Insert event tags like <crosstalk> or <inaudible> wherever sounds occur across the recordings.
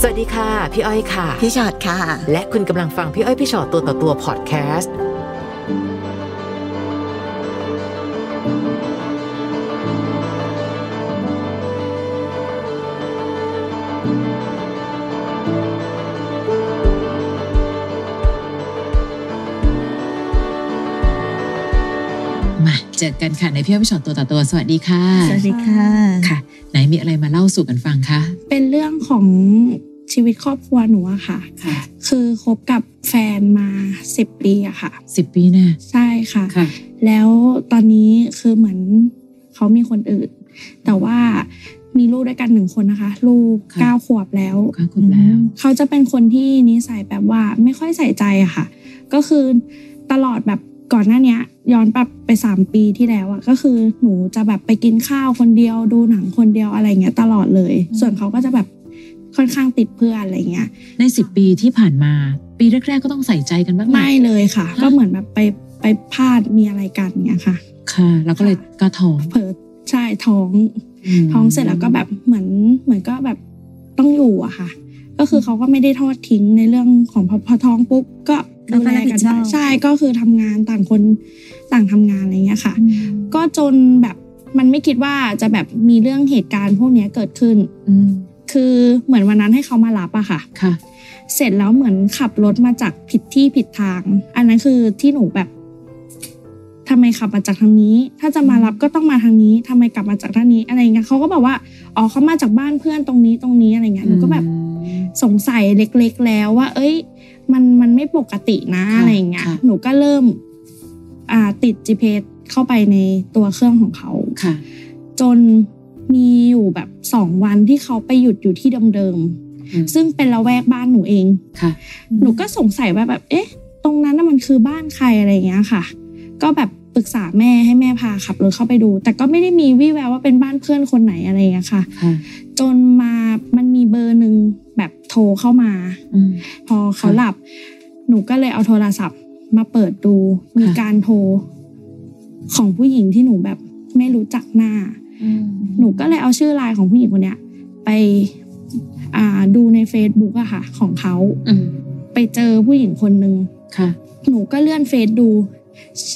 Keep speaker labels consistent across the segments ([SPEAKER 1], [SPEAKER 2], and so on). [SPEAKER 1] สวัสดีค่ะ พี่อ้อยค่ะ
[SPEAKER 2] พี่ชอดค่ะ
[SPEAKER 1] และคุณกำลังฟังพี่อ้อยพี่ชอตตัวต่อตัวพอดแคสต์
[SPEAKER 3] มาเจอกันค่ะในพี่อ้อยพี่ชอตตัวต่อตัวสวัสดีค่ะ
[SPEAKER 2] สวัสดีค่ะ
[SPEAKER 3] ค่ะ ไหนมีอะไรมาเล่าสู่กันฟังคะ
[SPEAKER 4] เป็นเรื่องของชีวิตครอบครัวหนูอะค่ะ
[SPEAKER 3] ค่ะ
[SPEAKER 4] คือคบกับแฟนมาสิบปีอะค่ะ
[SPEAKER 3] สิบปีนะ
[SPEAKER 4] ใช่ค่ะ
[SPEAKER 3] ค่ะ
[SPEAKER 4] แล้วตอนนี้คือเหมือนเขามีคนอื่น แต่ว่ามีลูกด้วยกันหนึ่งคนนะคะ ลูก
[SPEAKER 3] ค่ะ
[SPEAKER 4] เก้าขวบแล้ว
[SPEAKER 3] ก็ครบแล้ว
[SPEAKER 4] เขาจะเป็นคนที่นิสัยแบบว่าไม่ค่อยใส่ใจอะค่ะ ก็คือตลอดแบบก่อนหน้าเนี้ย ย้อนแบบไปสามปีที่แล้วอะก็คือหนูจะแบบไปกินข้าวคนเดียว ดูหนังคนเดียวอะไรเงี้ยตลอดเลย
[SPEAKER 3] อืม
[SPEAKER 4] ส่วนเขาก็จะแบบค่อนข้างติดเพื่อนอะไรเงี้ย
[SPEAKER 3] ในสิบปีที่ผ่านมา ปีแรกๆก็ต้องใส่ใจกันบ้างแหละ
[SPEAKER 4] ไม่เลยค่ะ
[SPEAKER 3] ฮะ
[SPEAKER 4] ก็เหมือนแบบไปไปพลาดมีอะไรกันเงี้ยค่ะ
[SPEAKER 3] ค่ะ แล้วก็เลยก็ท้อง
[SPEAKER 4] เผลอใช่ท้อง
[SPEAKER 3] ม
[SPEAKER 4] ท้องเสร็จแล้วก็แบบเหมือนเหมือนก็แบบต้องอยู่อะค่ะ ก็คือเขาก็ไม่ได้ทอดทิ้งในเรื่องของพอพอท้องปุ๊บก็
[SPEAKER 2] เขาก็รับผิดชอบ
[SPEAKER 4] ใช่ก็คือทำงานต่างคนต่างทำงานอะไรเงี้ยค่ะ
[SPEAKER 3] อืม
[SPEAKER 4] ก็จนแบบมันไม่คิดว่าจะแบบมีเรื่องเหตุการณ์พวกเนี้ยเกิดขึ้น
[SPEAKER 3] อืม
[SPEAKER 4] คือเหมือนวันนั้นให้เขามารับอะค่ะ
[SPEAKER 3] ค่ะ
[SPEAKER 4] เสร็จแล้วเหมือนขับรถมาจากผิดที่ผิดทาง อันนั้นคือที่หนูแบบทำไมขับมาจากทางนี้ ถ้าจะมารับก็ต้องมาทางนี้ทำไมกลับมาจากทางนี้อะไรเงี้ยเขาก็บอกว่าอ๋อเขามาจากบ้านเพื่อนตรงนี้ตรงนี้อะไรเงี้ยหนูก็แบบ
[SPEAKER 3] อืม
[SPEAKER 4] สงสัยเล็ก ๆ แล้วว่า เอ้ย มันมันไม่ปกตินะ
[SPEAKER 3] ค่ะ
[SPEAKER 4] อะไรเงี้ย
[SPEAKER 3] ค่ะ
[SPEAKER 4] หนูก็เริ่มอ่าติด GPS เข้าไปในตัวเครื่องของเขา
[SPEAKER 3] ค่ะ
[SPEAKER 4] จนมีอยู่แบบสองวันที่เขาไปหยุดอยู่ที่เดิม
[SPEAKER 3] อืม
[SPEAKER 4] ๆซึ่งเป็นละแวกบ้านหนูเอง
[SPEAKER 3] ค่ะ
[SPEAKER 4] หนูก็สงสัยว่าแบบ เอ๊ะ ตรงนั้นน่ะมันคือบ้านใครอะไรอย่างเงี้ยค่ะ ก็แบบปรึกษาแม่ให้แม่พาขับรถเข้าไปดู แต่ก็ไม่ได้มีวี่แววว่าเป็นบ้านเพื่อนคนไหนอะไรอย่างเงี้ยค่ะ
[SPEAKER 3] ค่ะ
[SPEAKER 4] จนมา มันมีเบอร์หนึ่งแบบโทรเข้ามา
[SPEAKER 3] อืม
[SPEAKER 4] พอเขาหลับ หนูก็เลยเอาโทรศัพท์มาเปิดดู มี
[SPEAKER 3] ค่ะ
[SPEAKER 4] การโทรของผู้หญิงที่หนูแบบไม่รู้จักหน้า หนูก็เลยเอาชื่อไลน์ของผู้หญิงคนเนี้ยไปอ่าดูใน Facebook อะค่ะ ของเขา
[SPEAKER 3] อืม
[SPEAKER 4] ไปเจอผู้หญิงคนหนึ่ง
[SPEAKER 3] ค่ะ
[SPEAKER 4] หนูก็เลื่อนเฟซดู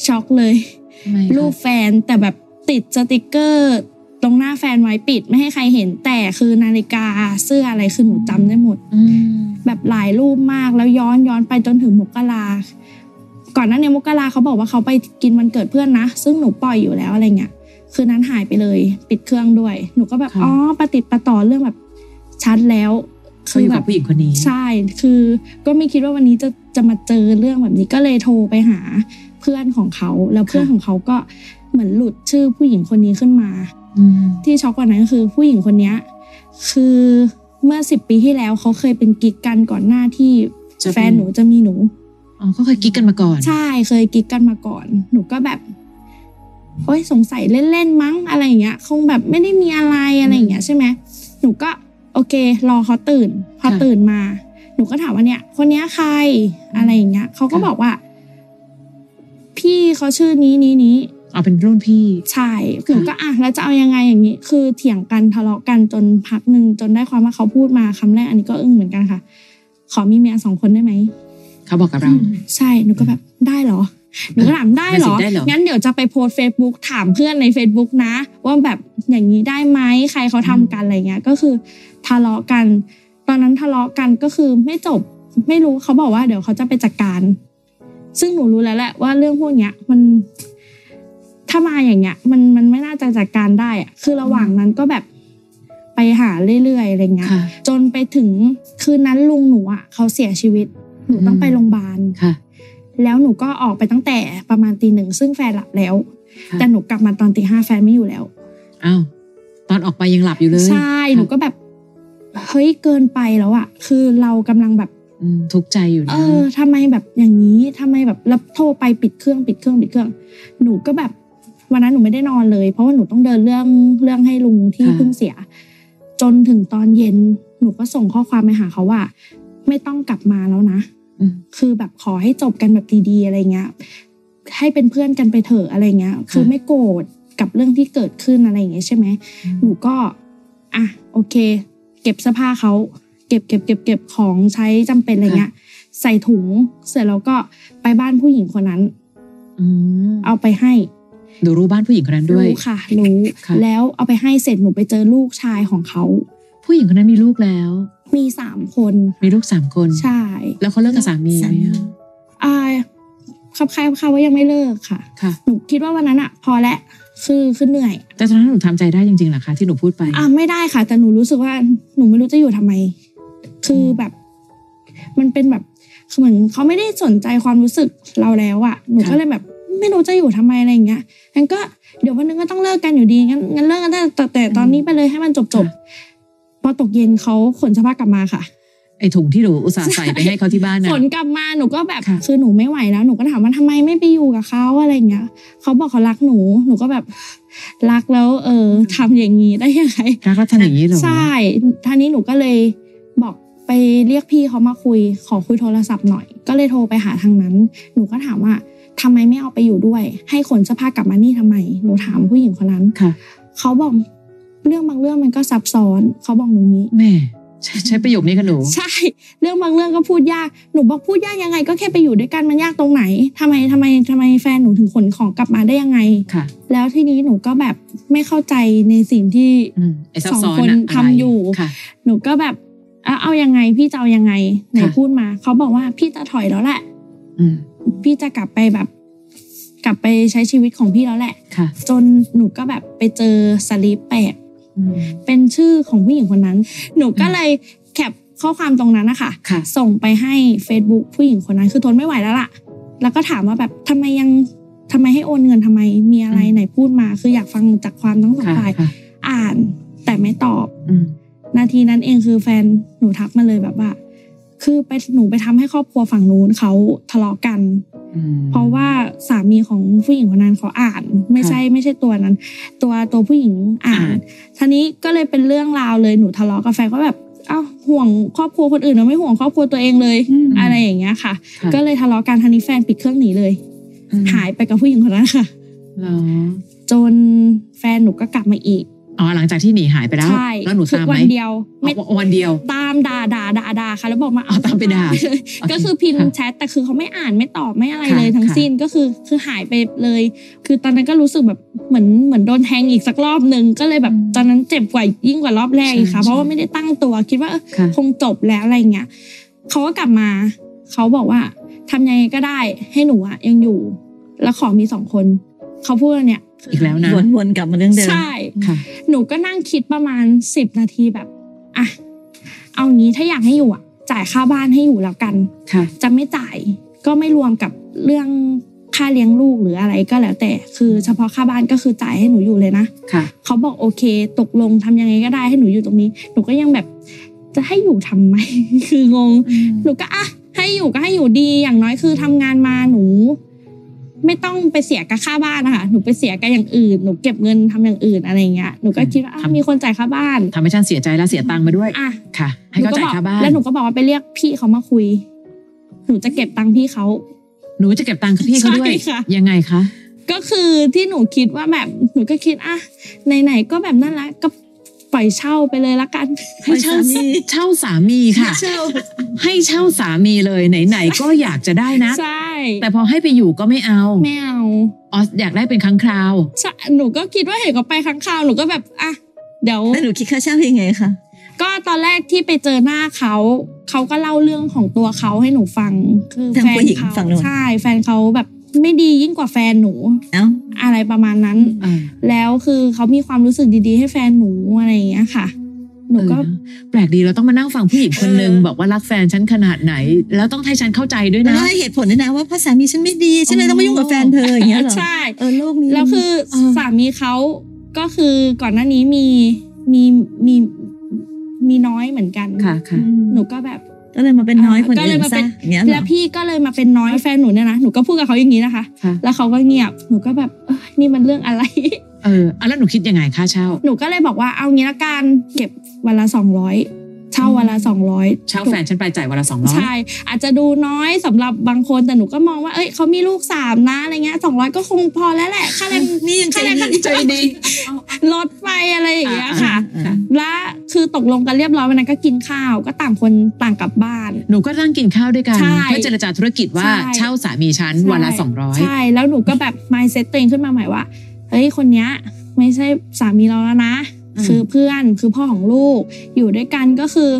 [SPEAKER 4] ช็อกเลย
[SPEAKER 3] ทำไมคะ
[SPEAKER 4] รูปแฟนแต่แบบติดสติกเกอร์ ตรงหน้าแฟนไว้ปิดไม่ให้ใครเห็นแต่คือนาฬิกาเสื้ออะไรคือหนูจำได้หมด
[SPEAKER 3] อืม
[SPEAKER 4] แบบหลายรูปมากแล้วย้อนย้อนไปจนถึงมกราก่อนหน้านี้มกราเขาบอกว่าเขาไปกินวันเกิดเพื่อนนะ ซึ่งหนูปล่อยอยู่แล้วอะไรเงี้ยคืนนั้นหายไปเลย ปิดเครื่องด้วย หนูก็แบบอ๋อประติดประต่อเรื่องแบบชัดแล้ว
[SPEAKER 3] เขาอยู่กับผู้หญิงคนนี้
[SPEAKER 4] ใช่ คือก็ไม่คิดว่าวันนี้จะจะมาเจอเรื่องแบบนี้ก็เลยโทรไปหาเพื่อนของเขา แล้วเพื่อนของเขาก็เหมือนหลุดชื่อผู้หญิงคนนี้ขึ้นมา
[SPEAKER 3] อืม
[SPEAKER 4] ที่ช็อกกว่านั้นก็คือผู้หญิงคนเนี้ยคือเมื่อสิบปีที่แล้วเขาเคยเป็นกิ๊กกันก่อนหน้าที่
[SPEAKER 3] จะเป็
[SPEAKER 4] แฟนหนูจะมีหนู
[SPEAKER 3] อ๋อเขาเคยกิ๊กกันมาก่อน
[SPEAKER 4] ใช่เคยกิ๊กกันมาก่อน หนูก็แบบโอ้ยสงสัยเล่นๆมั้งอะไรอย่างเงี้ย คงแบบไม่ได้มีอะไรอะไรอย่างเงี้ยใช่ไหมหนูก็โอเค รอเขาตื่น พอ
[SPEAKER 3] ค่ะ
[SPEAKER 4] ตื่นมา หนูก็ถามว่าเนี่ย คนเนี้ยใคร
[SPEAKER 3] ม
[SPEAKER 4] อะไรอย่างเงี้ยเขาก็
[SPEAKER 3] ค่ะ
[SPEAKER 4] บอกว่า พี่เขาชื่อนี้นี้นี้
[SPEAKER 3] อ๋อเป็นรุ่นพี่
[SPEAKER 4] ใช่หนูก็อ่ะแล้วจะเอายังไงอย่างงี้ คือเถียงกันทะเลาะกันจนพักหนึ่งจนได้ความว่าเขาพูดมาคำแรกอันนี้ก็อึ้งเหมือนกันค่ะ ขอมีเมียสองคนได้ไหม
[SPEAKER 3] เขาบอกกับเรา
[SPEAKER 4] ใช่ หนูก็แบบได้เหรอ หนูก็ถามได้เหรอ
[SPEAKER 3] ได้สิได้เหรอ
[SPEAKER 4] งั้นเดี๋ยวจะไปโพสเฟซบุ๊กถามเพื่อนใน Facebook นะ ว่าแบบอย่างนี้ได้ไหมใครเขาทำกันอะไรเงี้ย ก็คือทะเลาะกัน ตอนนั้นทะเลาะกันก็คือไม่จบ ไม่รู้เขาบอกว่าเดี๋ยวเขาจะไปจัดการ ซึ่งหนูรู้แล้วแหละว่าเรื่องพวกเนี้ยมันถ้ามาอย่างเงี้ย มันมันไม่น่าจะจัดการได้อะคือระหว่างนั้นก็แบบไปหาเรื่อยๆอะไรเงี้ย
[SPEAKER 3] ค่ะ
[SPEAKER 4] จนไปถึงคืนนั้นลุงหนูอ่ะเขาเสียชีวิต หนูต้องไปโรงพยาบาล
[SPEAKER 3] ค่ะ
[SPEAKER 4] แล้วหนูก็ออกไปตั้งแต่ประมาณตีหนึ่งซึ่งแฟนหลับแล้ว
[SPEAKER 3] ค่ะ
[SPEAKER 4] แต่หนูกลับมาตอนตีห้าแฟนไม่อยู่แล้ว
[SPEAKER 3] อ้าวตอนออกไปยังหลับอยู่เลย
[SPEAKER 4] ใช่หนูก็แบบเฮ้ยเกินไปแล้วอะคือเรากำลังแบบ
[SPEAKER 3] อืมทุกข์ใจอยู่
[SPEAKER 4] เอ
[SPEAKER 3] นะ
[SPEAKER 4] อทำไมแบบอย่างนี้ทำไมแบบแล้วโทรไปปิดเครื่องปิดเครื่องปิดเครื่อง หนูก็แบบวันนั้นหนูไม่ได้นอนเลย เพราะว่าหนูต้องเดินเรื่องเรื่องให้ลุงที่เพิ่งเสีย จนถึงตอนเย็น หนูก็ส่งข้อความไปหาเขาว่า ไม่ต้องกลับมาแล้วนะ
[SPEAKER 3] อืม
[SPEAKER 4] คือแบบขอให้จบกันแบบดีๆอะไรเงี้ย ให้เป็นเพื่อนกันไปเถอะอะไรเงี้ย คือไม่โกรธกับเรื่องที่เกิดขึ้นอะไรอย่างเงี้ยใช่ไหม หนูก็ อ่ะโอเค เก็บเสื้อผ้าเขา เก็บเก็บเก็บเก็บของใช้จำเป็นอะไรเงี้ย ใส่ถุงเสร็จแล้วก็ไปบ้านผู้หญิงคนนั้น
[SPEAKER 3] อืม
[SPEAKER 4] เอาไปให้
[SPEAKER 3] หนูรู้บ้านผู้หญิงคนนั้นด้วย
[SPEAKER 4] รู้ค่ะรู้
[SPEAKER 3] ค่ะ
[SPEAKER 4] แล้วเอาไปให้เสร็จหนูไปเจอลูกชายของเขา
[SPEAKER 3] ผู้หญิงคนนั้นมีลูกแล้ว
[SPEAKER 4] มีสามคน
[SPEAKER 3] มีลูกสามคน
[SPEAKER 4] ใช่
[SPEAKER 3] แล้วเขาเลิกกับสามีไหมอะ
[SPEAKER 4] อ่าคับคายค่ะว่ายังไม่เลิกค่ะ
[SPEAKER 3] ค่ะ
[SPEAKER 4] หนูคิดว่าวันนั้นอะพอและคือคือเหนื่อย
[SPEAKER 3] แต่ตอนนั้นหนูทำใจได้จริงๆเหรอคะที่หนูพูดไป
[SPEAKER 4] อ่ะไม่ได้ค่ะ แต่หนูรู้สึกว่าหนูไม่รู้จะอยู่ทำไม คือแบบ มันเป็นแบบคือเหมือนเขาไม่ได้สนใจความรู้สึกเราแล้วอะหนู
[SPEAKER 3] ค่ะ
[SPEAKER 4] ก็เลยแบบ ไม่รู้จะอยู่ทำไมอะไรอย่างเงี้ยงั้นก็เดี๋ยววันหนึงก็ต้องเลิกกันอยู่ดีงั้นงั้นเลิกกันได้แต่แต่ตอนนี้ไปเลยให้มันจบจบพอตกเย็นเขาขนเสภาพกลับมาค่ะ
[SPEAKER 3] ไอ้ถุงที่หนูอุตส่าห์ใส่ไปให้เขาที่บ้านน่ะ
[SPEAKER 4] ผลกลับมาหนูก็แบบ
[SPEAKER 3] ค่ะ
[SPEAKER 4] คือหนูไม่ไหวแล้วหนูก็ถามว่าทำไมไม่ไปอยู่กับเขาอะไรอย่างเงี้ยเขาบอกเขารักหนูหนูก็แบบรักแล้วเออทำอย่างนี้ได้ยังไง
[SPEAKER 3] รักรักทำอย่างนี้เหรอ
[SPEAKER 4] ใช่ท่านี้หนูก็เลยบอกไปเรียกพี่เขามาคุย ขอคุยโทรศัพท์หน่อย ก็เลยโทรไปหาทางนั้น หนูก็ถามว่าทำไมไม่เอาไปอยู่ด้วย ให้ขนเสื้อผ้ากลับมานี่ทำไม หนูถามผู้หญิงคนนั้น
[SPEAKER 3] ค่ะ
[SPEAKER 4] เขาบอกเรื่องบางเรื่องมันก็ซับซ้อน เขาบอกหนูนี้
[SPEAKER 3] แม่ใช้ใช้ประโยคนี้กับหนู
[SPEAKER 4] ใช่ เรื่องบางเรื่องก็พูดยาก หนูบอกพูดยากยังไง ก็แค่ไปอยู่ด้วยกันมันยากตรงไหนทำไมทำไมทำไมแฟนหนูถึงขนของกลับมาได้ยังไง
[SPEAKER 3] ค่ะ
[SPEAKER 4] แล้วทีนี้หนูก็แบบไม่เข้าใจในสิ่งที่
[SPEAKER 3] อืมไอ้ซับซ้อ
[SPEAKER 4] สอง
[SPEAKER 3] นะ
[SPEAKER 4] คน
[SPEAKER 3] ไร
[SPEAKER 4] ทำอยู่
[SPEAKER 3] ค่ะ
[SPEAKER 4] หนูก็แบบอ่ะเอายังไงพี่จะเอายังไงไหน
[SPEAKER 3] ค่ะ
[SPEAKER 4] พูดมาเขาบอกว่าพี่จะถอยแล้วแหละ
[SPEAKER 3] อืม
[SPEAKER 4] พี่จะกลับไปแบบ กลับไปใช้ชีวิตของพี่แล้วแหละ
[SPEAKER 3] ค่ะ
[SPEAKER 4] จนหนูก็แบบไปเจอสลิปแปลก
[SPEAKER 3] อืม
[SPEAKER 4] เป็นชื่อของผู้หญิงคนนั้น หนูก็เลยแคปข้อความตรงนั้นนะคะ
[SPEAKER 3] ค่ะ
[SPEAKER 4] ส่งไปให้ Facebook ผู้หญิงคนนั้นคือทนไม่ไหวแล้วล่ะ แล้วก็ถามว่าแบบทำไมยังทำไมให้โอนเงินทำไมมีอะไร
[SPEAKER 3] อืม
[SPEAKER 4] ไหนพูดมา คืออยากฟังจากความทั้งสอง
[SPEAKER 3] ค่ะ
[SPEAKER 4] ฝ่าย
[SPEAKER 3] ค่ะ
[SPEAKER 4] อ่านแต่ไม่ตอบ
[SPEAKER 3] อืม
[SPEAKER 4] นาทีนั้นเองคือแฟนหนูทักมาเลยแบบว่า คือไปหนูไปทำให้ครอบครัวฝั่งนู้นเขาทะเลาะกัน
[SPEAKER 3] อืม
[SPEAKER 4] เพราะว่าสามีของผู้หญิงคนนั้นเขาอ่าน ไม่ใช่ไม่ใช่ตัวนั้น ตัวตัวผู้หญิงอ่า
[SPEAKER 3] อ่าน
[SPEAKER 4] ทีนี้ก็เลยเป็นเรื่องราวเลยหนูทะเลาะกับแฟนก็แบบเอ้าห่วงครอบครัวคนอื่นเราไม่ห่วงครอบครัวตัวเองเลย
[SPEAKER 3] อืม
[SPEAKER 4] อะไรอย่างเงี้ยค่ะ
[SPEAKER 3] ค่ะ
[SPEAKER 4] ก็เลยทะเลาะกันทีนี้แฟนปิดเครื่องหนีเลย
[SPEAKER 3] อืม
[SPEAKER 4] หายไปกับผู้หญิงคนนั้นค่ะ
[SPEAKER 3] เหรอ
[SPEAKER 4] จนแฟนหนูก็กลับมาอีก
[SPEAKER 3] อ๋อหลังจากที่หนีหายไปแล้ว
[SPEAKER 4] ใช่
[SPEAKER 3] แล้วหนู
[SPEAKER 4] คือ
[SPEAKER 3] ตามไหม
[SPEAKER 4] วันเดียวไม่
[SPEAKER 3] อ๋อวันเดียว
[SPEAKER 4] ตามด่าด่าด่าด่าค่ะ แล้วบอกมา
[SPEAKER 3] อ๋อตามไปด่า
[SPEAKER 4] เลย
[SPEAKER 3] โอเค
[SPEAKER 4] ก็คือพิมพ์
[SPEAKER 3] ค่ะ
[SPEAKER 4] แชทแต่คือเขาไม่อ่านไม่ตอบไม่อะไร
[SPEAKER 3] ค่ะ
[SPEAKER 4] เลยทั้ง
[SPEAKER 3] ค่ะ
[SPEAKER 4] สิ้นก็คือคือหายไปเลย คือตอนนั้นก็รู้สึกแบบเหมือนเหมือนโดนแทงอีกสักรอบหนึ่งก็เลยแบบตอนนั้นเจ็บกว่ายิ่งกว่ารอบแรกอีกค่ะ เพราะว่าไม่ได้ตั้งตัวคิดว่าเออ
[SPEAKER 3] ค่ะ
[SPEAKER 4] คงจบแล้วอะไรอย่างเงี้ยเขาก็กลับมาเขาบอกว่าทำยังไงก็ได้ ให้หนูอะยังอยู่ แล้วขอมีสองคนเขาพูดว่าเนี่ย
[SPEAKER 3] อีกแล้วนะ
[SPEAKER 2] วนๆกลับมาเรื่องเดิม
[SPEAKER 4] ใช่
[SPEAKER 3] ค่ะ
[SPEAKER 4] หนูก็นั่งคิดประมาณสิบนาทีแบบอ่ะเอางี้ถ้าอยากให้อยู่อ่ะ จ่ายค่าบ้านให้อยู่แล้วกัน
[SPEAKER 3] ค่ะ
[SPEAKER 4] จะไม่จ่ายก็ไม่รวมกับเรื่องค่าเลี้ยงลูกหรืออะไรก็แล้วแต่ คือเฉพาะค่าบ้านก็คือจ่ายให้หนูอยู่เลยนะ
[SPEAKER 3] ค่ะ
[SPEAKER 4] เขาบอกโอเค ตกลงทำยังไงก็ได้ให้หนูอยู่ตรงนี้ หนูก็ยังแบบจะให้อยู่ทำไม <laughs> คืองง หนูก็อ่ะให้อยู่ก็ให้อยู่ดีอย่างน้อยคือทำงานมาหนู ไม่ต้องไปเสียกับค่าบ้านนะคะหนูไปเสียกับอย่างอื่น หนูเก็บเงินทำอย่างอื่นอะไรอย่างเงี้ยหนูก็คิดว่าอ่ะ
[SPEAKER 3] ทำ
[SPEAKER 4] มีคนจ่ายค่าบ้าน
[SPEAKER 3] ทำให้ฉันเสียใจแล้วเสียตังค์มาด้วย
[SPEAKER 4] อ่ะ
[SPEAKER 3] ค่ะ ให้เขาจ่ายค่าบ้าน
[SPEAKER 4] แล้วหนูก็บอกว่าไปเรียกพี่เขามาคุย หนูจะเก็บตังค์พี่เขา
[SPEAKER 3] หนูจะเก็บตังค์พี่เขาด้วย
[SPEAKER 4] ใช่ค่ะ
[SPEAKER 3] ยังไงคะ
[SPEAKER 4] ก็คือที่หนูคิดว่าแบบหนูก็คิดอ่ะไหนๆก็แบบนั่นละก็ปล่อยเช่าไปเลยละกัน
[SPEAKER 3] ให้เช่าเช่าสามีค่ะ
[SPEAKER 2] เช่า
[SPEAKER 3] ให้เช่าสามีเลยไหนๆก็อยากจะได้นะ
[SPEAKER 4] ใช่
[SPEAKER 3] แต่พอให้ไปอยู่ก็ไม่เอา
[SPEAKER 4] ไม่เอา
[SPEAKER 3] อ๋ออยากได้เป็นครั้งคราว
[SPEAKER 4] ใช่หนูก็คิดว่าเห็นเขาไปครั้งคราวหนูก็แบบอ่ะเดี๋ยว
[SPEAKER 2] แล้วหนูคิดค่าเช่ายังไงคะ
[SPEAKER 4] ก็ตอนแรกที่ไปเจอหน้าเขา เขาก็เล่าเรื่องของตัวเขาให้หนูฟัง คือ
[SPEAKER 2] ทาง
[SPEAKER 4] แฟน
[SPEAKER 2] ผู้หญิง
[SPEAKER 4] เขา
[SPEAKER 2] ฝั่งนู้น
[SPEAKER 4] ใช่แฟนเขาแบบไม่ดียิ่งกว่าแฟนหนู
[SPEAKER 2] เอ้า
[SPEAKER 4] อะไรประมาณนั้น
[SPEAKER 3] อ่า
[SPEAKER 4] แล้วคือเขามีความรู้สึกดีๆ ให้แฟนหนูอะไรอย่างเงี้ยค่ะ หนูก็
[SPEAKER 3] เออแปลกดีเราต้องมานั่งฟังผู้หญิงคนหนึ่ง
[SPEAKER 2] เออ
[SPEAKER 3] บอกว่ารักแฟนฉันขนาดไหน แล้วต้องให้ฉันเข้าใจด้วย
[SPEAKER 2] แล้ว
[SPEAKER 3] นะ
[SPEAKER 2] ได้เหตุผลด้วยนะว่าเพราะสามีฉันไม่ดี ฉันเลยต้องมายุ่งกับแฟนเธออย่างเงี้ยเหรอ
[SPEAKER 4] ใช่
[SPEAKER 2] เออโลกนี้
[SPEAKER 4] แล้วคือ
[SPEAKER 3] เออ
[SPEAKER 4] สามีเขาก็คือก่อนหน้านี้มีมีมีมีน้อยเหมือนกัน
[SPEAKER 3] ค่ะค่ะ
[SPEAKER 4] หนูก็แบบ
[SPEAKER 2] ก็เลยมาเป็นน้อยคน
[SPEAKER 4] ก็เล
[SPEAKER 2] อื่
[SPEAKER 4] ย
[SPEAKER 2] น
[SPEAKER 4] มาเป็
[SPEAKER 2] ซะ
[SPEAKER 4] น
[SPEAKER 2] อย่างเงี้ยเหร
[SPEAKER 4] แล้
[SPEAKER 2] อ
[SPEAKER 4] วพี่ก็เลยมาเป็นน้อยแฟนหนูเนี่ยนะหนูก็พูดกับเขาอย่างนี้นะคะ
[SPEAKER 3] ค่ะ
[SPEAKER 4] แล้วเขาก็เงียบหนูก็แบบเอ้ยนี่มันเรื่องอะไร
[SPEAKER 3] เอออ่ะแล้วหนูคิดยังไงค่าเช่า
[SPEAKER 4] หนูก็เลยบอกว่าเอางี้ละกันเก็บวันละสองร้อยเช่า าวันละสองร้อย
[SPEAKER 3] ช่างแฟนฉันไปจ่ายวันละสองร้อย
[SPEAKER 4] ใช่อาจจะดูน้อยสำหรับบางคนแต่หนูก็มองว่าเอ้ยเขามีลูกสามนะอะไรเงี้ยสองร้อยก็คงพอแล้วแหละค่าแรง
[SPEAKER 2] นี่ยังใจ
[SPEAKER 4] ค่าแรงขั้น
[SPEAKER 2] ดี
[SPEAKER 4] ใจดีลดไปอะไรอย่างเงี้ยค่ะ
[SPEAKER 3] อ่า
[SPEAKER 4] และคือตกลงกันเรียบร้อยวันนั้นก็กินข้าวก็ต่างคนต่างกลับบ้าน
[SPEAKER 3] หนูก็นั่งกินข้าวด้วยกัน
[SPEAKER 4] ใช่
[SPEAKER 3] เพื่อเจรจาธุรกิจว่า
[SPEAKER 4] ใช่
[SPEAKER 3] เช่าสามีฉันวันละสองร้อย
[SPEAKER 4] ใช่แล้วหนูก็แบบ mindset ตัวเองขึ้นมาใหม่ว่าเฮ้ยคนเนี้ยไม่ใช่สามีเราแล้วนะ
[SPEAKER 3] อืม
[SPEAKER 4] คือเพื่อนคือพ่อของลูก อยู่ด้วยกันก็คือ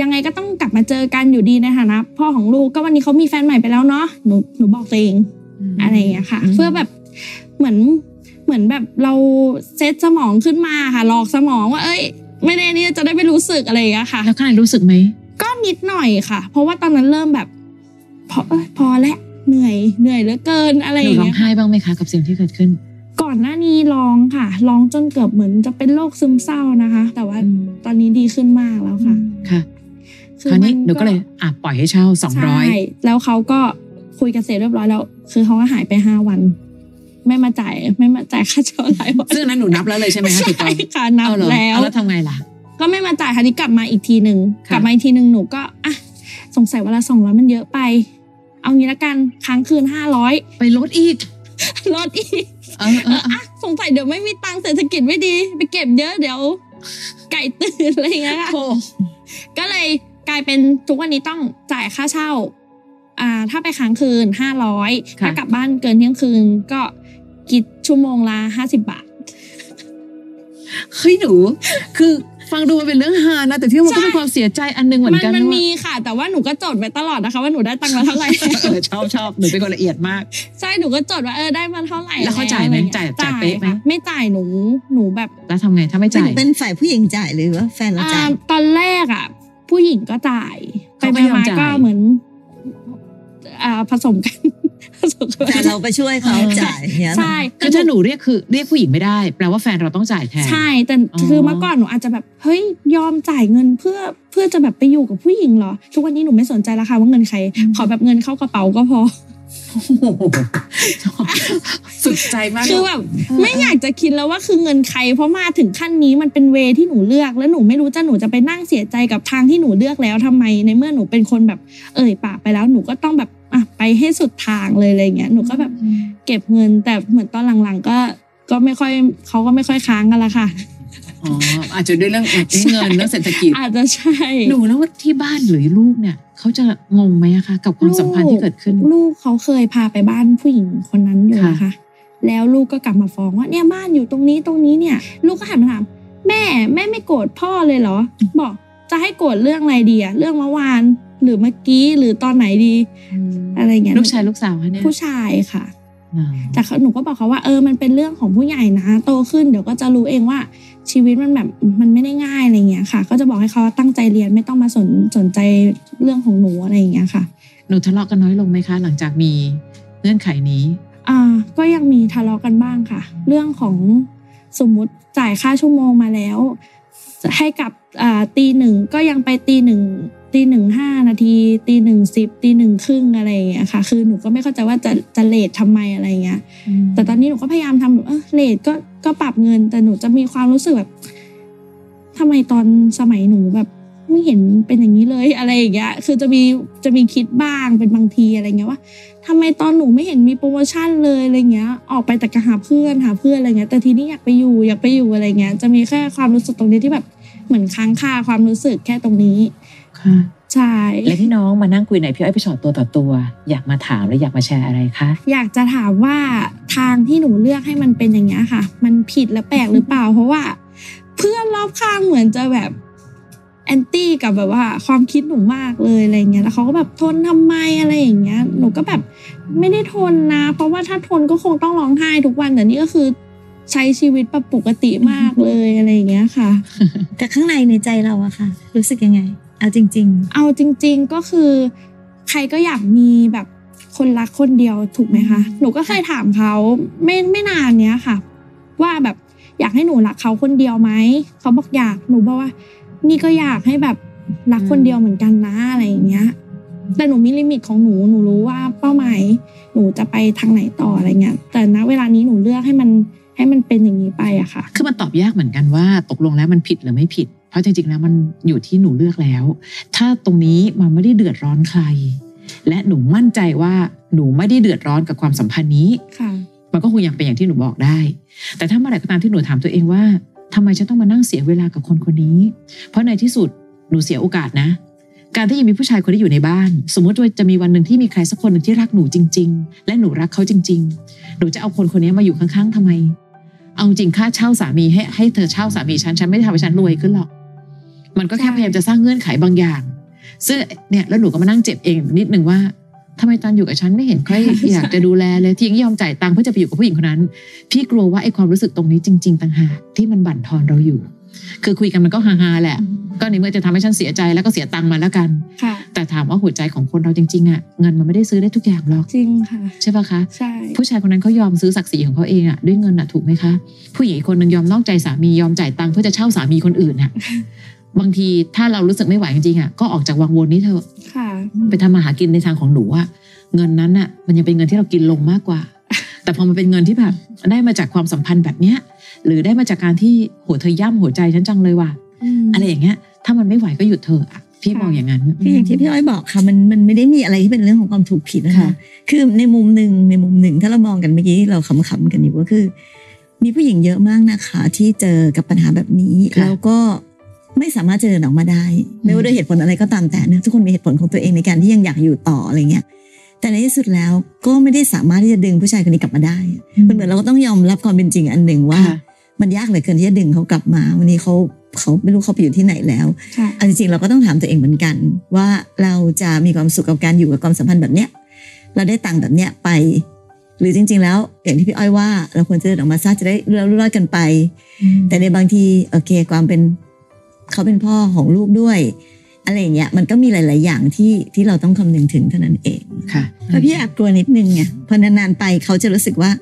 [SPEAKER 4] ยังไงก็ต้องกลับมาเจอกันอยู่ดีในฐานะ พ่อของลูกก็วันนี้เขามีแฟนใหม่ไปแล้วเนาะหนูหนูบอกตัวเอง อะไรอย่างเงี้ยค่ะ เพื่อแบบเหมือนเหมือนแบบเราเซตสมองขึ้นมาค่ะหลอกสมองว่า เอ้ย ไม่ได้นี่จะได้ไม่รู้สึกอะไรอย่างเงี้ยค่ะ
[SPEAKER 3] แล้วข้างในรู้สึกไหม
[SPEAKER 4] ก็นิดหน่อยค่ะ เพราะว่าตอนนั้นเริ่มแบบพอเอ้ยพอแล้วเหนื่อยเหนื่อยเหลือเกินอะไรอ
[SPEAKER 3] หนู
[SPEAKER 4] ย่าง
[SPEAKER 3] ร้อ
[SPEAKER 4] เงี้
[SPEAKER 3] ง
[SPEAKER 4] ย
[SPEAKER 3] ไห้บ้างไหมคะกับสิ่งที่เกิดขึ้น
[SPEAKER 4] ก่อนหน้านี้ร้องค่ะร้องจนเกือบเหมือนจะเป็นโรคซึมเศร้านะคะ แต่ว่าตอนนี้ดีขึ้นมากแล้วค่ะ
[SPEAKER 3] ค่ะ
[SPEAKER 4] อ
[SPEAKER 3] คราวนี้
[SPEAKER 4] มั
[SPEAKER 3] หนูก็เลยอ่ะปล่อยให้เช่าสองร้อย
[SPEAKER 4] ใช่แล้วเขาก็คุยกันเสร็จเรียบร้อยแล้ว คือเขาก็หายไปห้าวัน ไม่มาจ่ายไม่มาจ่ายค่าเช่าหลายวัน
[SPEAKER 3] ซึ่งอันนั้นหนูนับแล้วเลยใช่ไหมคะถูกต้
[SPEAKER 4] ใช่
[SPEAKER 3] อง
[SPEAKER 4] ค่ะนับ
[SPEAKER 3] เอาเหรอ
[SPEAKER 4] แล้ว
[SPEAKER 3] เอาแล้วทำไงล่ะ
[SPEAKER 4] ก็ไม่มาจ่ายทันนี้กลับมาอีกทีหนึ่ง
[SPEAKER 3] ค่ะ
[SPEAKER 4] กลับมาอีกทีหนึ่งหนูก็อ่ะสงสัยวันละสองร้อยมันเยอะไป เอางี้ละกันค้างคืนห้าร้อย
[SPEAKER 3] ไปลดอีก
[SPEAKER 4] ลดอีก
[SPEAKER 3] เออเอ
[SPEAKER 4] เอ
[SPEAKER 3] อ
[SPEAKER 4] ออ่ะสงสัยเดี๋ยวไม่มีตังค์เศรษฐกิจไม่ดี ไปเก็บเยอะเดี๋ยว ไก่ตื่นอะไรอย่างเงี้ยค่ะ
[SPEAKER 3] โอ้
[SPEAKER 4] ก็เลยกลายเป็นทุกวันนี้ต้องจ่ายค่าเช่า อ่า ถ้าไปค้างคืนห้าร้อยถ้ากลับบ้านเกินเที่ยงคืนก็กิดชั่วโมงละห้าสิบบาท
[SPEAKER 3] เฮ้ยหนู คือฟังดูมันเป็นเรื่องฮานะ แต่พี่ว่ามันก็เป็นความเสียใจอันหนึงเหมือนกัน
[SPEAKER 4] มัน
[SPEAKER 3] นะว่า
[SPEAKER 4] มีค่ะ แต่ว่าหนูก็จดไว้ตลอดนะคะ ว่าหนูได้ตังค์มา
[SPEAKER 3] <laughs>
[SPEAKER 4] เท่าไหร่
[SPEAKER 3] เออชอบชอบหนูเป็นคนละเอียดมาก
[SPEAKER 4] ใช่หนูก็จดว่าเออได้มาเท่าไหร่
[SPEAKER 3] แล้วเขาจ่ายไหม
[SPEAKER 4] อะรองงี้
[SPEAKER 3] จ่ายจ่ายเป๊ะไหม
[SPEAKER 4] ค่ไม่จ่ายหนูหนูแบบ
[SPEAKER 3] แล้วทำไงถ้าไม่จ่าย
[SPEAKER 2] เป็นฝ่ายผู้หญิงจ่ายหรือว่าแฟนเราจ่า
[SPEAKER 4] อ่าย ตอนแรกอ่ะ ผู้หญิงก็จ่ายไป
[SPEAKER 3] เขาก็
[SPEAKER 4] ไป
[SPEAKER 3] ยอม
[SPEAKER 4] มา
[SPEAKER 3] จ่าย
[SPEAKER 4] ก็เหมือนอ่าผสมกัน <laughs> ผสม
[SPEAKER 2] แต่
[SPEAKER 4] กัน
[SPEAKER 2] เราไปช่วยเขาจ่ายอย่างเงี้ยเหรอ
[SPEAKER 4] ใช่
[SPEAKER 3] คือถ้าหนูเรียกคือเรียกผู้หญิงไม่ได้ แปลว่าแฟนเราต้องจ่ายแทน
[SPEAKER 4] ใช่แต่
[SPEAKER 3] อ๋อ
[SPEAKER 4] คือเมื่อก่อนหนูอาจจะแบบเฮ้ยยอมจ่ายเงินเพื่อเพื่อจะแบบไปอยู่กับผู้หญิงเหรอ ทุกวันนี้หนูไม่สนใจแล้วค่ะว่าเงินใคร ขอแบบเงินเข้ากระเป๋าก็พอ
[SPEAKER 3] โอ้โหชอบสุดใจมาก
[SPEAKER 4] คือแบบ
[SPEAKER 3] เออ
[SPEAKER 4] ไม่อยากจะคิดแล้วว่าคือเงินใคร เพราะมาถึงขั้นนี้มันเป็นเวที่หนูเลือก แล้วหนูไม่รู้จะหนูจะไปนั่งเสียใจกับทางที่หนูเลือกแล้วทำไมในเมื่อหนูเป็นคนแบบเอ่ยปากไปแล้วหนูก็ต้องแบบอ่ะไปให้สุดทางเลยอะไรเงี้ยหนูก็แบบเก็บเงินแต่เหมือนตอนหลังๆ ก็ก็ไม่ค่อยเขาก็ไม่ค่อยค้างกันละค่ะ
[SPEAKER 3] อ๋ออาจจะด้วยเรื่องเอ๊ะเงินเรื่องเศรษฐกิจ
[SPEAKER 4] อาจจะใช่
[SPEAKER 3] หนูแล้วว่าที่บ้านหรือลูกเนี่ยเขาจะงงไหมอะคะกับความสัมพันธ์ที่เกิดขึ้น
[SPEAKER 4] ลูกเขาเคยพาไปบ้านผู้หญิงคนนั้นอยู่นะคะ แล้วลูกก็กลับมาฟ้องว่าเนี่ยบ้านอยู่ตรงนี้ตรงนี้เนี่ย ลูกก็หันมาถามแม่แม่ไม่โกรธพ่อเลยเหรอ บอกจะให้โกรธเรื่องอะไรดีอะเรื่องเมื่อวานหรือเมื่อกี้หรือตอนไหนดี อะไรเงี้ย
[SPEAKER 3] ลูกชายลูกสาวคะเนี่ย
[SPEAKER 4] ผู้ชายค่ะ
[SPEAKER 3] อ๋อ
[SPEAKER 4] แต่เขาหนูก็บอกเขาว่าเออมันเป็นเรื่องของผู้ใหญ่นะ โตขึ้นเดี๋ยวก็จะรู้เองว่าชีวิตมันแบบมันไม่ได้ง่ายอะไรเงี้ยค่ะ ก็จะบอกให้เขาตั้งใจเรียนไม่ต้องมาสนสนใจเรื่องของหนูอะไรอย่างเงี้ยค่ะ
[SPEAKER 3] หนูทะเลาะกันน้อยลงไหมคะ หลังจากมีเงื่อนไขนี้
[SPEAKER 4] อ่าก็ยังมีทะเลาะกันบ้างค่ะ เรื่องของสมมุติจ่ายค่าชั่วโมงมาแล้ว ให้กับอ่าตีหนึ่งก็ยังไปตีหนึ่งตีหนึ่งห้านาทีตีหนึ่งสิบตีหนึ่งครึ่งอะไรอย่างเงี้ยค่ะ คือหนูก็ไม่เข้าใจว่าจะจะเลททำไมอะไรอย่างเงี้ย แต่ตอนนี้หนูก็พยายามทำแบบเออเลทก็ก็ปรับเงิน แต่หนูจะมีความรู้สึกแบบทำไมตอนสมัยหนูแบบไม่เห็นเป็นอย่างนี้เลยอะไรอย่างเงี้ยคือจะมีจะมีคิดบ้างเป็นบางทีอะไรเงี้ยว่าทำไมตอนหนูไม่เห็นมีโปรโมชั่นเลยอะไรเงี้ย ออกไปแต่ก็หาเพื่อนหาเพื่อนอะไรเงี้ย แต่ทีนี้อยากไปอยู่อยากไปอยู่อะไรเงี้ย จะมีแค่ความรู้สึกตรงนี้ที่แบบเหมือนค้างคาความรู้สึกแค่ตรงนี้
[SPEAKER 3] ค่ะ
[SPEAKER 4] ใช่
[SPEAKER 3] และที่น้องมานั่งคุยในพี่อ้อยพี่ชอตตัวต่อตัว อยากมาถามและอยากมาแชร์อะไรคะ
[SPEAKER 4] อยากจะถามว่าทางที่หนูเลือกให้มันเป็นอย่างเงี้ยค่ะ มันผิดและแปลกหรือเปล่า เพราะว่า เพื่อนรอบข้างเหมือนจะแบบแอนตี้กับแบบว่า ความคิดหนูมากเลยอะไรเงี้ยแล้วเขาก็แบบทนทำไมอะไรอย่างเงี้ย หนูก็แบบไม่ได้ทนนะ เพราะว่าถ้าทนก็คงต้องร้องไห้ทุกวันแต่นี่ก็คือใช้ชีวิตแบบปกติมากเลยอะไรอย่างเงี้ยค่ะ
[SPEAKER 2] แต่ข้างในในใจเราอะค่ะ รู้สึกยังไง เอาจริง
[SPEAKER 4] เอาจริง ๆก็คือ ใครก็อยากมีแบบคนรักคนเดียวถูกไหมคะ หนูก็เคยถามเขาไม่ไม่นานเนี้ยค่ะ ว่าแบบอยากให้หนูรักเขาคนเดียวไหมเขาบอกอยากหนูบอกว่า นี่ก็อยากให้แบบรักคนเดียวเหมือนกันนะอะไรอย่างเงี้ย แต่หนูมีลิมิตของหนูหนูรู้ว่าเป้าหมายหนูจะไปทางไหนต่ออะไรเงี้ย แต่ณเวลานี้หนูเลือกให้มันให้มันเป็นอย่างนี้ไปอะค่ะ
[SPEAKER 3] คือมันตอบยากเหมือนกันว่าตกลงแล้วมันผิดหรือไม่ผิด เพ ราะจริงๆแล้วมันอยู่ที่หนูเลือกแล้ว ถ้าตรงนี้มันไม่ได้เดือดร้อนใคร และหนูมั่นใจว่าหนูไม่ได้เดือดร้อนกับความสัมพันธ์นี้
[SPEAKER 4] ค่ะ
[SPEAKER 3] มันก็คงยังเป็นอย่างที่หนูบอกได้ แต่ถ้าเมื่อไหร่ก็ตามที่หนูถามตัวเองว่าทำไมฉันต้องมานั่งเสียเวลากับคนคนนี้ เพราะในที่สุดหนูเสียโอกาสนะ การที่ยังมีผู้ชายคนนี้อยู่ในบ้าน สมมติว่าจะมีวันหนึ่งที่มีใครสักคนหนึ่งที่รักหนูจริง ๆ และหนูรักเขาจริง ๆ หนูจะเอาคนคนนี้มาอยู่ข้างๆทำไม เอาจริงค่าเช่าสามีให้ให้เธอเช่าสามีฉันฉันไม่ได้ทำให้ฉันรวยขึ้นหรอก มันก็แค่
[SPEAKER 4] ใช่
[SPEAKER 3] พยายามจะสร้างเงื่อนไขบางอย่าง ซึ่งเนี่ยแล้วหนูก็มานั่งเจ็บเองนิดนึงว่าทำไมตอนอยู่กับฉันไม่เห็นใครอยากจะดูแลเลยที่ยังยอมจ่ายตังค์เพื่อจะไปอยู่กับผู้หญิงคนนั้น พี่กลัวว่าไอ้ความรู้สึกตรงนี้จริง ๆต่างหากที่มันบั่นทอนเราอยู่ คือคุยกันมันก็ฮาๆแหละ ก็ในเมื่อจะทำให้ฉันเสียใจแล้วก็เสียตังค์มาแล้วกัน
[SPEAKER 4] ค่ะ
[SPEAKER 3] แต่ถามว่าหัวใจของคนเราจริงๆอะเงินมันไม่ได้ซื้อได้ทุกอย่างหรอก
[SPEAKER 4] จริงค่ะ
[SPEAKER 3] ใช่ปะคะ
[SPEAKER 4] ใช่
[SPEAKER 3] ผู้ชายคนนั้นเขายอมซื้อศักดิ์ศรีของเขาเองอะด้วยเงินอะถูกไหมคะผู้หญิงอีกคนหนึ่งยอมนอกใจสามียอมจ่ายตังค์เพื่อจะเช่าสามีคนอื่นอะบางทีถ้าเรารู้สึกไม่ไหวจริงๆอะก็ออกจากวังวนนี้เถอะ
[SPEAKER 4] ค่ะ
[SPEAKER 3] ไปทำมาหากินในทางของหนูอะเงินนั้นอะมันยังเป็นเงินที่เรากินลงมากกว่า แต่พอมันเป็นเงินที่แบบได้มาจากความสัมพันธ์แบบเนี้ย หรือได้มาจากการที่โหเธอย่ำหัวใจฉันจังเลยว่ะอะไรอย่างเงี้ย ถ้ามันไม่ไหวก็หยุดเถอะอะพี่มองอย่างนั้น
[SPEAKER 2] คืออย่างที่พี่อ้อยบอกค่ะมันมันไม่ได้มีอะไรที่เป็นเรื่องของความถูกผิดนะคะ
[SPEAKER 3] ค่ะ
[SPEAKER 2] คือในมุมหนึ่งในมุมหนึ่งถ้าเรามองกันเมื่อกี้เราขำๆกันอยู่ก็คือ มีผู้หญิงเยอะมากนะคะ ที่เจอกับปัญหาแบบนี้
[SPEAKER 3] ค่ะ
[SPEAKER 2] แล้วก็ไม่สามารถเจอออกมาได้ ไม่ว่าด้วยเหตุผลอะไรก็ตามแต่นะทุกคนมีเหตุผลของตัวเองในการที่ยังอยากอยู่ต่ออะไรเงี้ยแต่ในที่สุดแล้วก็ไม่ได้สามารถที่จะดึงผู้ชายคนนี้กลับมาได้มันเหมือนเราก็ต้องยอมรับความเป็นจริงอันหนึ่งว่า
[SPEAKER 3] ค่ะ
[SPEAKER 2] มันยากเหลือเกินที่จะดึงเขากลับมา วันนี้เขาเขาไม่รู้เขาไปอยู่ที่ไหนแล้ว
[SPEAKER 4] ใช่
[SPEAKER 2] อันจริงๆเราก็ต้องถามตัวเองเหมือนกัน ว่าเราจะมีความสุขกับการอยู่กับความสัมพันธ์แบบเนี้ยเราได้ตังค์แบบเนี้ยไป หรือจริง ๆ แล้วอย่างที่พี่อ้อยว่าเราควรจะเดินออกมาซะจะได้เรื่องรู้รอดกันไป แต่ในบางทีโอเคความเป็นเขาเป็นพ่อของลูกด้วยอะไรอย่างเงี้ยมันก็มีหลาย ๆ อย่างที่ที่เราต้องคำนึงถึงเท่านั้นเอง
[SPEAKER 3] ค่ะ
[SPEAKER 2] เพราะพี่แอบกลัวนิดนึงไงพอนานๆไปเขาจะรู้สึกว่า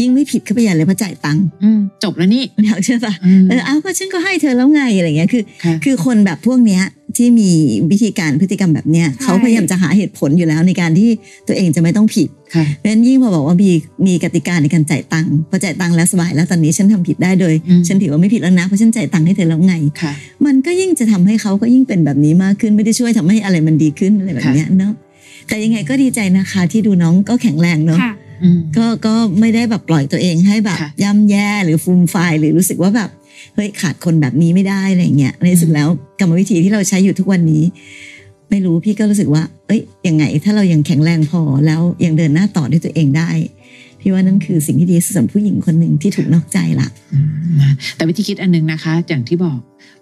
[SPEAKER 2] ยิ่งไม่ผิดเข้าไปใหญ่เลยเพราะจ่ายตังค์ <laughs>
[SPEAKER 3] อืมจบแล้วนี่
[SPEAKER 2] เดี๋ยวเชื่อปะ
[SPEAKER 3] อืม
[SPEAKER 2] เออเอาก็ฉันก็ให้เธอแล้วไงอะไรอย่างเงี้ยคือ
[SPEAKER 3] ค่ะ
[SPEAKER 2] คือคนแบบพวกเนี้ยที่มีวิธีการพฤติกรรมแบบเนี้ยเขาพยายามจะหาเหตุผลอยู่แล้วในการที่ตัวเองจะไม่ต้องผิด
[SPEAKER 3] ค่ะ
[SPEAKER 2] เพราะฉะนั้นยิ่งพอบอกว่ามีมีกติกาในการจ่ายตังค์พอจ่ายตังค์แล้วสบายแล้วตอนนี้ฉันทำผิดได้โดย
[SPEAKER 3] อืม
[SPEAKER 2] ฉันถือว่าไม่ผิดแล้วนะเพราะฉันจ่ายตังค์ให้เธอแล้วไง
[SPEAKER 3] ค่ะ
[SPEAKER 2] มันก็ยิ่งจะทำให้เขาก็ยิ่งเป็นแบบนี้มากขึ้นไม่ได้ช่วยทำให้อะไรมันดีขึ้นอะไรแบบเนี้ยเนาะแต่ยังไงก็ดีใจนะคะที่ดูน้องก็แข็งแรงเนาะ
[SPEAKER 4] ค่ะ
[SPEAKER 3] อืม
[SPEAKER 2] ก็ก็ไม่ได้แบบปล่อยตัวเองให้แบบ
[SPEAKER 3] ค่ะ
[SPEAKER 2] ย่ำแย่หรือฟูมฟายหรือรู้สึกว่าแบบเฮ้ยขาดคนแบบนี้ไม่ได้อะไรเงี้ยในที่สุด
[SPEAKER 3] อืม
[SPEAKER 2] แล้วกรรมวิธีที่เราใช้อยู่ทุกวันนี้ ไม่รู้พี่ก็รู้สึกว่า เอ้ยยังไง ถ้าเรายังแข็งแรงพอแล้วยังเดินหน้าต่อด้วยตัวเองได้ พี่ว่านั่นคือสิ่งที่ดีสำหรับผู้หญิงคนหนึ่งที่ถูกนอกใจละ
[SPEAKER 3] อืมนะแต่วิธีคิดอันหนึงนะคะ อย่างที่บอก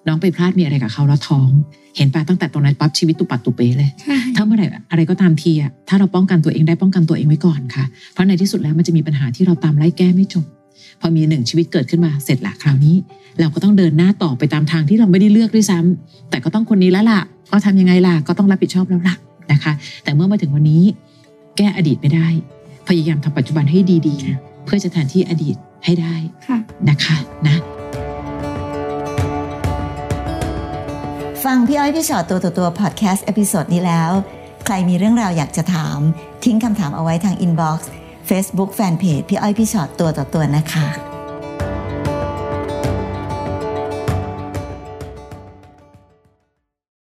[SPEAKER 3] น้องไปพลาดมีอะไรกับเขาแล้วท้อง เห็นปะตั้งแต่ตรงนั้นปั๊บชีวิตตุปัดตุเปเลย
[SPEAKER 4] ใช่
[SPEAKER 3] ถ้าเมื่อไหร่อะไรก็ตามทีอะถ้าเราป้องกันตัวเองได้ป้องกันตัวเองไว้ก่อนค่ะ เพราะในที่สุดแล้วมันจะมีปัญหาที่เราตามไล่แก้ไม่จบ พอมีหนึ่งชีวิตเกิดขึ้นมาเสร็จละคราวนี้ เราก็ต้องเดินหน้าต่อไปตามทางที่เราไม่ได้เลือกด้วยซ้ำแต่ก็ต้องคนนี้แล้วล่ะก็ทำยังไงล่ะก็ต้องรับผิดชอบแล้วล่ะนะคะ แต่เมื่อมาถึงวันนี้ แก้อดีตไม่ได้ พยายามทำปัจจุบันให้ดีๆ เพื่อจะแทนที่อดีตให้ได้
[SPEAKER 4] ค่ะ
[SPEAKER 3] นะคะนะ
[SPEAKER 2] ฟังพี่อ้อยพี่ชอตตัวต่อตัวพอดแคสต์เอพิโซดนี้แล้ว ใครมีเรื่องราวอยากจะถาม ทิ้งคำถามเอาไว้ทางอินบ็อกซ์เฟซบุ๊กแฟนเพจพี่อ้อยพี่ชอตตัวต่อตัวนะคะ